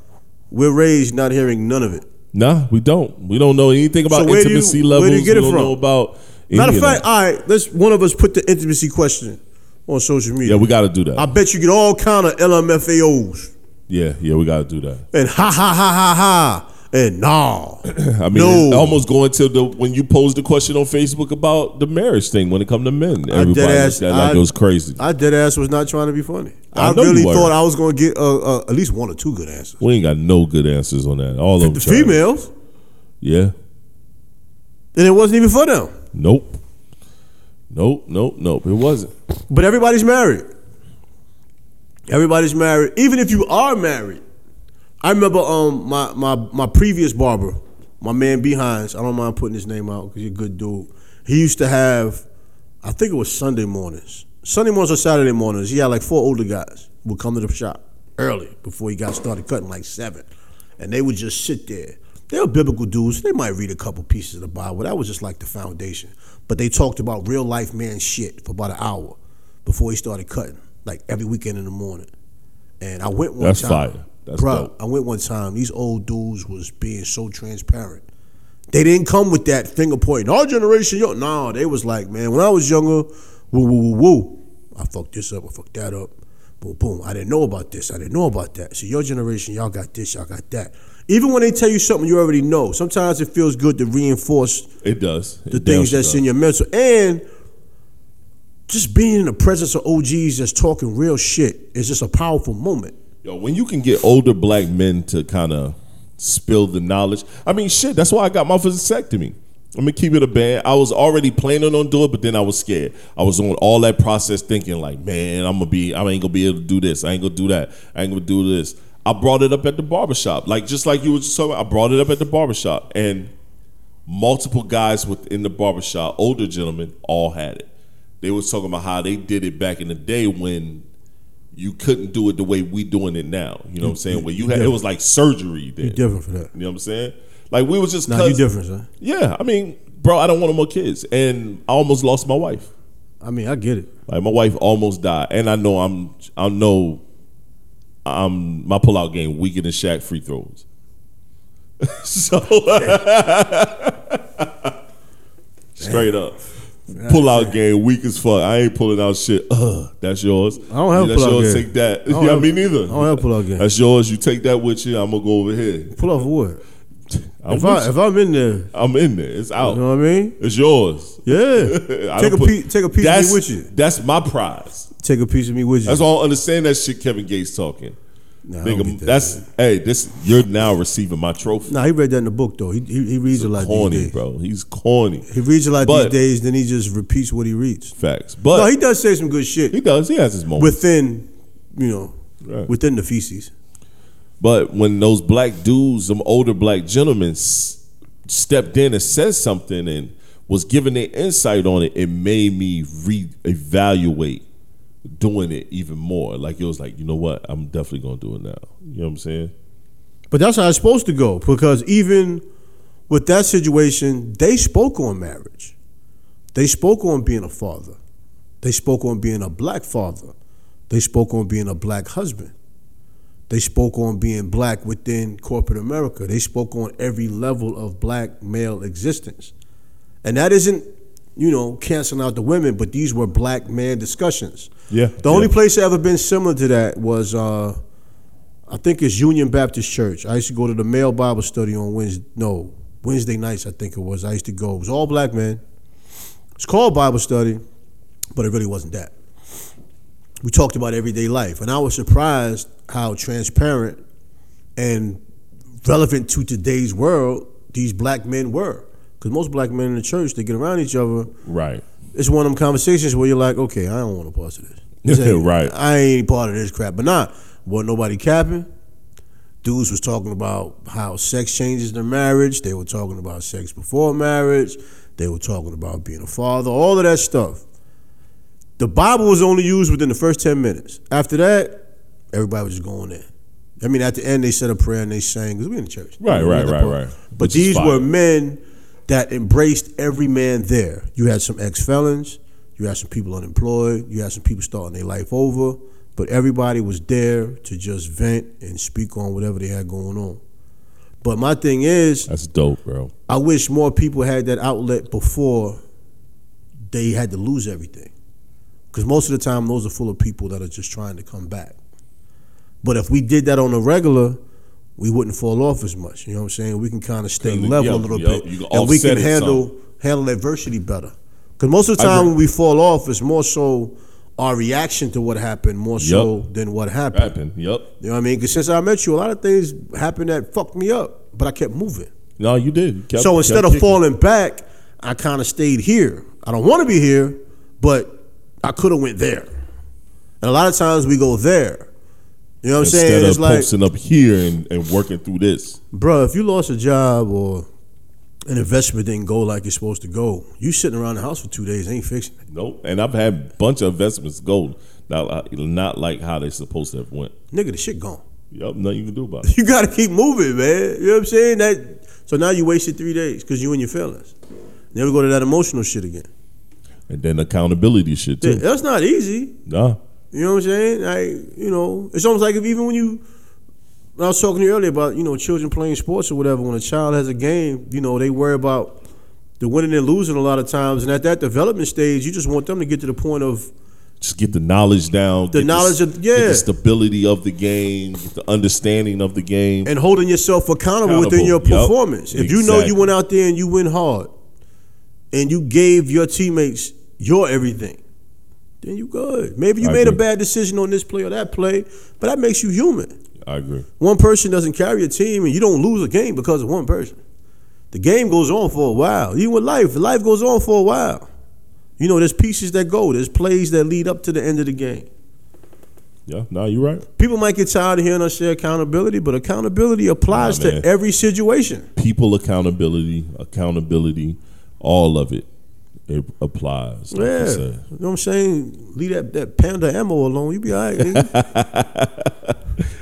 we're raised not hearing none of it. Nah, we don't. We don't know anything about So where do you- intimacy where do levels. you get it we don't from? know about any Matter of that. fact, all right, let's one of us put the intimacy question on social media. Yeah, we gotta do that. I bet you get all kind of LMFAOs yeah, yeah, we gotta do that. and ha ha ha ha ha and nah. I mean, No. it almost going to the when you posed the question on Facebook about the marriage thing when it come to men, everybody deadass- looked at like I- it was crazy. I dead ass was not trying to be funny. I I, know you really weren't. thought I was gonna get uh, uh, at least one or two good answers. we ain't got no good answers on that. All of them The trash. females, Yeah. and it wasn't even for them. Nope. Nope. Nope. Nope. It wasn't. But everybody's married. Everybody's married. Even if you are married, I remember um my my my previous barber, my man Behinds. I don't mind putting his name out because he's a good dude. He used to have, I think it was Sunday mornings, Sunday mornings or Saturday mornings. He had like four older guys would come to the shop early before he got started cutting, like seven, and they would just sit there. They were biblical dudes. They might read a couple pieces of the Bible. That was just like the foundation. But they talked about real life man shit for about an hour before he started cutting, like every weekend in the morning. And I went one That's time. fire. That's Bro, dope. I went one time. These old dudes was being so transparent. They didn't come with that finger pointing. Our generation, yo, no, they was like, man, when I was younger, woo, woo, woo, woo. I fucked this up. I fucked that up. Boom, boom. I didn't know about this. I didn't know about that. So your generation, y'all got this. Y'all got that. Even when they tell you something you already know, sometimes it feels good to reinforce It does. the things that's in your mental and just being in the presence of OGs that's talking real shit is just a powerful moment. Yo, when you can get older black men to kind of spill the knowledge. I mean, shit. That's why I got my vasectomy. I'm gonna keep it a band. I was already planning on doing it, but then I was scared. I was on all that process thinking like, man, I'm gonna be, I ain't gonna be able to do this. I ain't gonna do that. I ain't gonna do this. I brought it up at the barbershop. Like just like you were just talking about, I brought it up at the barbershop and multiple guys within the barbershop, older gentlemen, all had it. They was talking about how they did it back in the day when you couldn't do it the way we doing it now. You know what I'm saying? Where you had it was like surgery then. You for that. know what I'm saying? Like we was just Nah, you cuz- different, son. yeah. I mean, bro, I don't want no more kids, and I almost lost my wife. I mean, I get it. Like my wife almost died, and I know I'm I know I'm my pullout game weaker than Shaq free throws. so straight up. Pull-out game weak as fuck. I ain't pulling out shit. Uh, that's yours. I don't have a that's pull-out yours. game. Take that. I don't Yeah, have- me neither. I don't have a pull-out game. That's yours. You take that with you. I'm gonna go over here. Pull off wood. I'm, If, I, if I'm in there, you am in there. It's out. know what I mean? It's yours. Yeah. I take a don't put- piece. Take a piece That's- of me with you. That's my prize. Take a piece of me with you. That's all I understand that shit Kevin Gates talking. Nah, I don't Nigga, get that, that's hey. This you're now receiving my trophy. Nah, he read that in the book though. He he, he reads a lot corny, these days. bro. He's corny. He reads a lot But- these days, then he just repeats what he reads. Facts, but no, he he, does say some good shit does. He has his moments. within, you know, Right. within the feces. But when those black dudes, them older black gentlemen, s- stepped in and said something and was giving their insight on it, it made me reevaluate doing it even more. Like it was like, you know what? I'm definitely gonna do it now. You know what I'm saying? But that's how it's supposed to go because even with that situation, they spoke on marriage. They spoke on being a father. They spoke on being a black father. They spoke on being a black husband. They spoke on being black within corporate America. They spoke on every level of black male existence. And that isn't, you know, canceling out the women, but these were black man discussions. Yeah, The only yeah. place that ever been similar to that was uh I think it's Union Baptist Church. I used to go to the male Bible study on Wednesday. No, Wednesday nights. I think it was. I used to go. It was all black men. It's called Bible study, but it really wasn't that. We talked about everyday life, and I was surprised how transparent and relevant to today's world these black men were. Because most black men in the church, they get around each other. Right. It's one of them conversations where you're like, okay, I don't want to part of this. This ain't- Right. I ain't part of this crap. But not nah, wasn't nobody capping. Dudes was talking about how sex changes their marriage. They were talking about sex before marriage. They were talking about being a father, all of that stuff. The Bible was only used within the first 10 minutes. After that, everybody was just going in. I mean, at the end, they said a prayer and they sang because we in the church. Right, We right, got that right, part. right. But Which is these fire. were men that embraced every man there. You had some ex felons, you had some people unemployed, you had some people starting their life over, but everybody was there to just vent and speak on whatever they had going on. But my thing is, That's dope, bro. I wish more people had that outlet before they had to lose everything. Because most of the time, those are full of people that are just trying to come back. But if we did that on a regular, we wouldn't fall off as much. You know what I'm saying? We can kind of stay Yeah, level yeah, a little yeah, bit, you can and we offset can it handle handle adversity better. Because most of the I time, agree. when we fall off, it's more so our reaction to what happened, more so than what happened. Rapping. Yep. You know what I mean? Because since I met you, a lot of things happened that fucked me up, but I kept moving. No, you did. You kept- So kept instead of kicking. falling back, I kind of stayed here. I don't want to be here, but I could have went there. And a lot of times we go there. You know what I'm instead saying? of It's like, posting up here and, and working through this, bro, if you lost a job or an investment didn't go like it's supposed to go, you sitting around the house for two days ain't fixing it. nope. And I've had a bunch of investments go not not like how they supposed to have went. Nigga, the shit gone. Yep, nothing you can do about it. You gotta keep moving, man. You know what I'm saying? That so now you wasted three days because you and your feelings. Never go to that emotional shit again. And then accountability shit too. That's not easy. Nah. You know what I'm saying? Like, you know, it's almost like if even when you, when I was talking to you earlier about, you know, children playing sports or whatever, when a child has a game, you know, they worry about the winning and losing a lot of times. And at that development stage, you just want them to get to the point of, Just get the knowledge down. The get knowledge the, of- get yeah. the stability of the game, get the understanding of the game. and holding yourself accountable, within Accountable, your yup. performance. If you know you Exactly. went out there and you went hard and you gave your teammates your everything, then you good. Maybe you I made a agree. bad decision on this play or that play, but that makes you human. I agree. one person doesn't carry a team and you don't lose a game because of one person. The game goes on for a while. Even with life, life goes on for a while. You know, there's pieces that go, there's plays that lead up to the end of the game. Yeah, nah, you're right. People might get tired of hearing us say accountability, but accountability applies Nah, man. to every situation. People accountability, accountability, all of it. It applies. like you Yeah. You said. know what I'm saying? Leave that, that panda ammo alone. You be all right, nigga.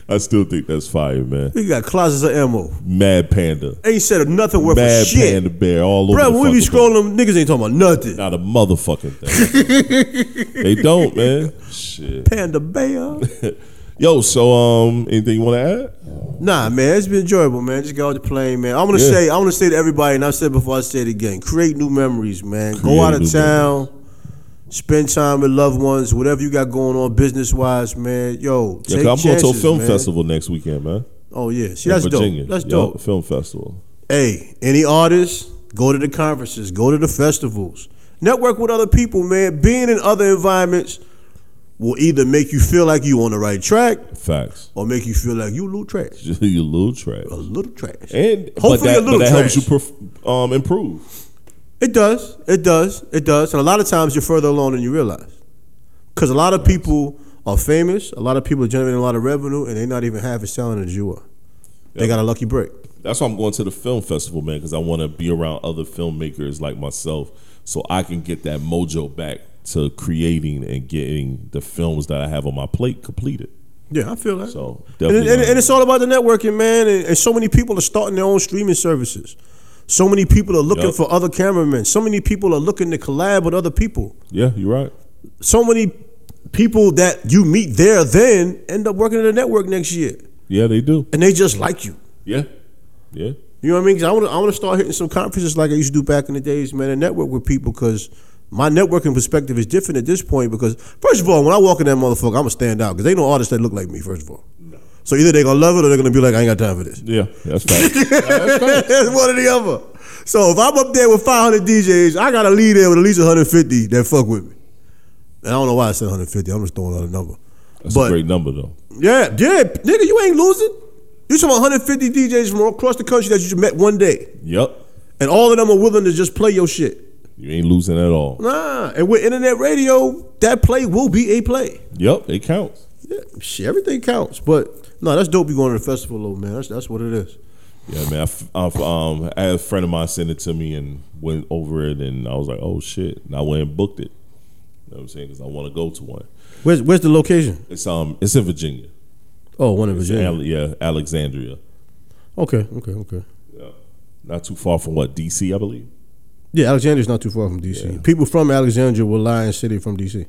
I still think that's fire, man. you got closets of ammo. Mad panda. Ain't said nothing worth a Mad shit. panda bear all over. Bro, the when we be fucking place. scrolling, niggas ain't talking about nothing. Not a motherfucking thing. they don't, man. Shit. Panda bear. Yo, so um anything you wanna add? Nah, man, it's been enjoyable, man. Just go out the plane, man. I want to Yeah. say, I want to say to everybody, and I said before, I say it again: create new memories, man. Create go out of new town, spend time with loved ones, whatever you got going on business wise, man. Yo, Yeah, take 'cause I'm going to a chances, film man. festival next weekend, man. Oh yeah, see in that's Virginia. dope. That's Yup, dope. Film festival. Hey, any artists, go to the conferences, go to the festivals, network with other people, man. Being in other environments will either make you feel like you on the right track Facts. or make you feel like you a little trash. you little trash. A little trash. And Hopefully but that, a little but that trash. helps you perf- um, improve. It does. It does. It does. And a lot of times you're further along than you realize. Because a lot of people are famous, a lot of people are generating a lot of revenue, and they're not even half as talented as you are. They Yep. got a lucky break. That's why I'm going to the film festival, man, because I want to be around other filmmakers like myself, so I can get that mojo back to creating and getting the films that I have on my plate completed. Yeah, I feel that. So and, definitely, and- and it's all about the networking, man. And, and so many people are starting their own streaming services. So many people are looking Yup. for other cameramen. So many people are looking to collab with other people. yeah, you're right. So many people that you meet there then end up working in the network next year, Yeah, they do. and they just like you. Yeah, yeah. You know what I mean? 'Cause I want to I want to start hitting some conferences like I used to do back in the days, man, and network with people because my networking perspective is different at this point. Because first of all, when I walk in that motherfucker, I'm gonna stand out because they know artists that look like me. First of all, so either they gonna love it or they're gonna be like, I ain't got time for this. Yeah, that's facts. That's one or the other. So if I'm up there with 500 DJs, I gotta leave there with at least 150 that fuck with me. And I don't know why I said 150. I'm just throwing out a number. That's but a great number though. yeah, yeah, nigga, you ain't losing. You talking about 150 DJs from across the country that you just met one day Yep, and all of them are willing to just play your shit. you ain't losing at all. Nah, and with internet radio, that play will be a play. Yep, it counts. Yeah, shit, everything counts. But no, that's dope. You going to the festival, though, man. That's that's what it is. Yeah, man. I, f- I f- um, I had a friend of mine send it to me and went over it, and I was like, oh shit. And I went and booked it. You know what I'm saying? Because I want to go to one. Where's where's the location? It's um, it's in Virginia. Oh, one in It's in Ale- yeah, Alexandria. Okay, okay, okay. Yeah. Not too far from what DC, I believe. Yeah, Alexandria's not too far from DC. People from Alexandria will lie and say they from DC.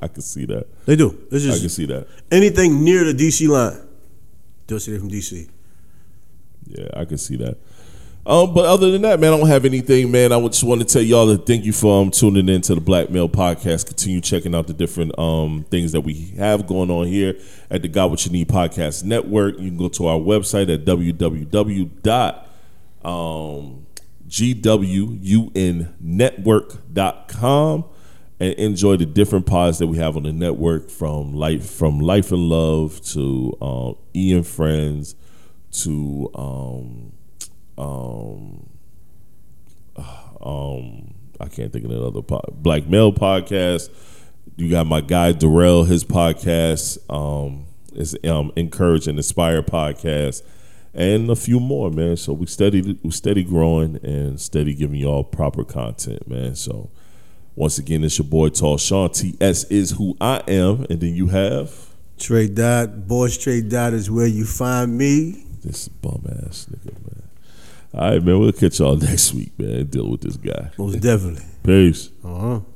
I can see that. They do. It's I can just see that. anything near the DC line, they'll say they from DC. Yeah, I can see that. Um, but other than that, man, I don't have anything, man. I would just want to tell y'all to thank you for um, tuning in to the Black Male Podcast. Continue checking out the different um, things that we have going on here at the Got What You Need Podcast Network. You can go to our website at um, www.gwunnetwork.com and enjoy the different pods that we have on the network from life from life and love to um, E and Friends to um, um, um, I can't think of another pod, Black Male podcast. You got my guy Darrell, his podcast um, is um, Encourage and Inspire podcast, and a few more, man. So we steady, we steady growing and steady giving y'all proper content, man. So once again, it's your boy Tall Sean. TS is who I am, and then you have Trade Dot, Boys Trade Dot is where you find me. this bum ass nigga, man. All right, man. We'll catch y'all next week, man. Deal with this guy. Most definitely. Peace. Uh huh.